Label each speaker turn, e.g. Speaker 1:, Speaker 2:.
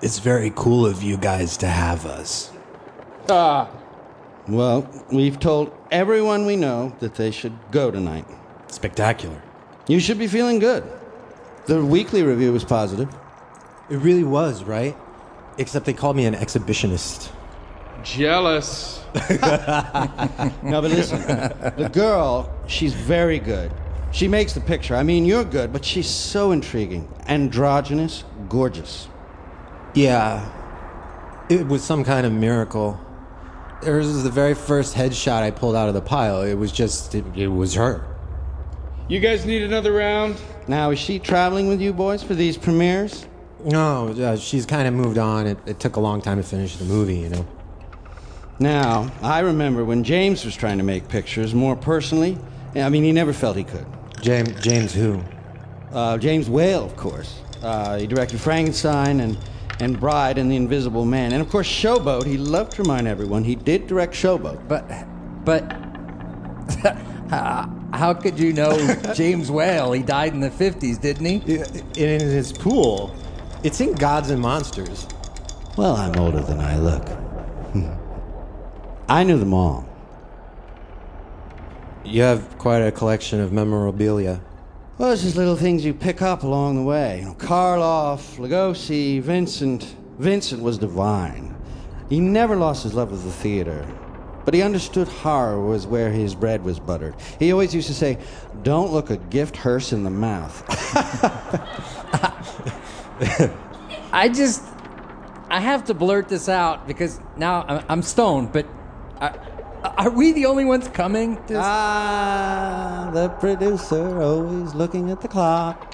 Speaker 1: It's very cool of you guys to have us.
Speaker 2: Ah,
Speaker 3: Well, we've told everyone we know that they should go tonight.
Speaker 1: Spectacular.
Speaker 3: You should be feeling good. The weekly review was positive.
Speaker 4: It really was, right? Except they called me an exhibitionist.
Speaker 2: jealous.
Speaker 3: No, but listen, the girl, she's very good. She makes the picture. I mean, you're good, but she's so intriguing, androgynous, gorgeous.
Speaker 4: Yeah. It was some kind of miracle. Hers was the very first headshot I pulled out of the pile. It was just, it, it was her.
Speaker 2: You guys need another round?
Speaker 3: Now, is she traveling with you boys for these premieres?
Speaker 4: No, uh, she's kind of moved on. It, it took a long time to finish the movie, you know.
Speaker 3: Now, I remember when James was trying to make pictures more personally. I mean, he never felt he could.
Speaker 4: James, James who?
Speaker 3: Uh, James Whale, of course. Uh, he directed Frankenstein and, and Bride and The Invisible Man. And of course, Showboat, he loved to remind everyone he did direct Showboat.
Speaker 5: But, but, how could you know James Whale? He died in the 50s, didn't he?
Speaker 4: In in his pool. It's in Gods and Monsters.
Speaker 3: Well, I'm older than I look. I knew them all.
Speaker 4: You have quite a collection of memorabilia.
Speaker 3: Well, it's just little things you pick up along the way. You know, Karloff, Lugosi, Vincent. Vincent was divine. He never lost his love of the theater, but he understood horror was where his bread was buttered. He always used to say, Don't look a gift hearse in the mouth.
Speaker 5: I just, I have to blurt this out because now I'm, I'm stoned, but are, are we the only ones coming? To this?
Speaker 3: ah, the producer always looking at the clock.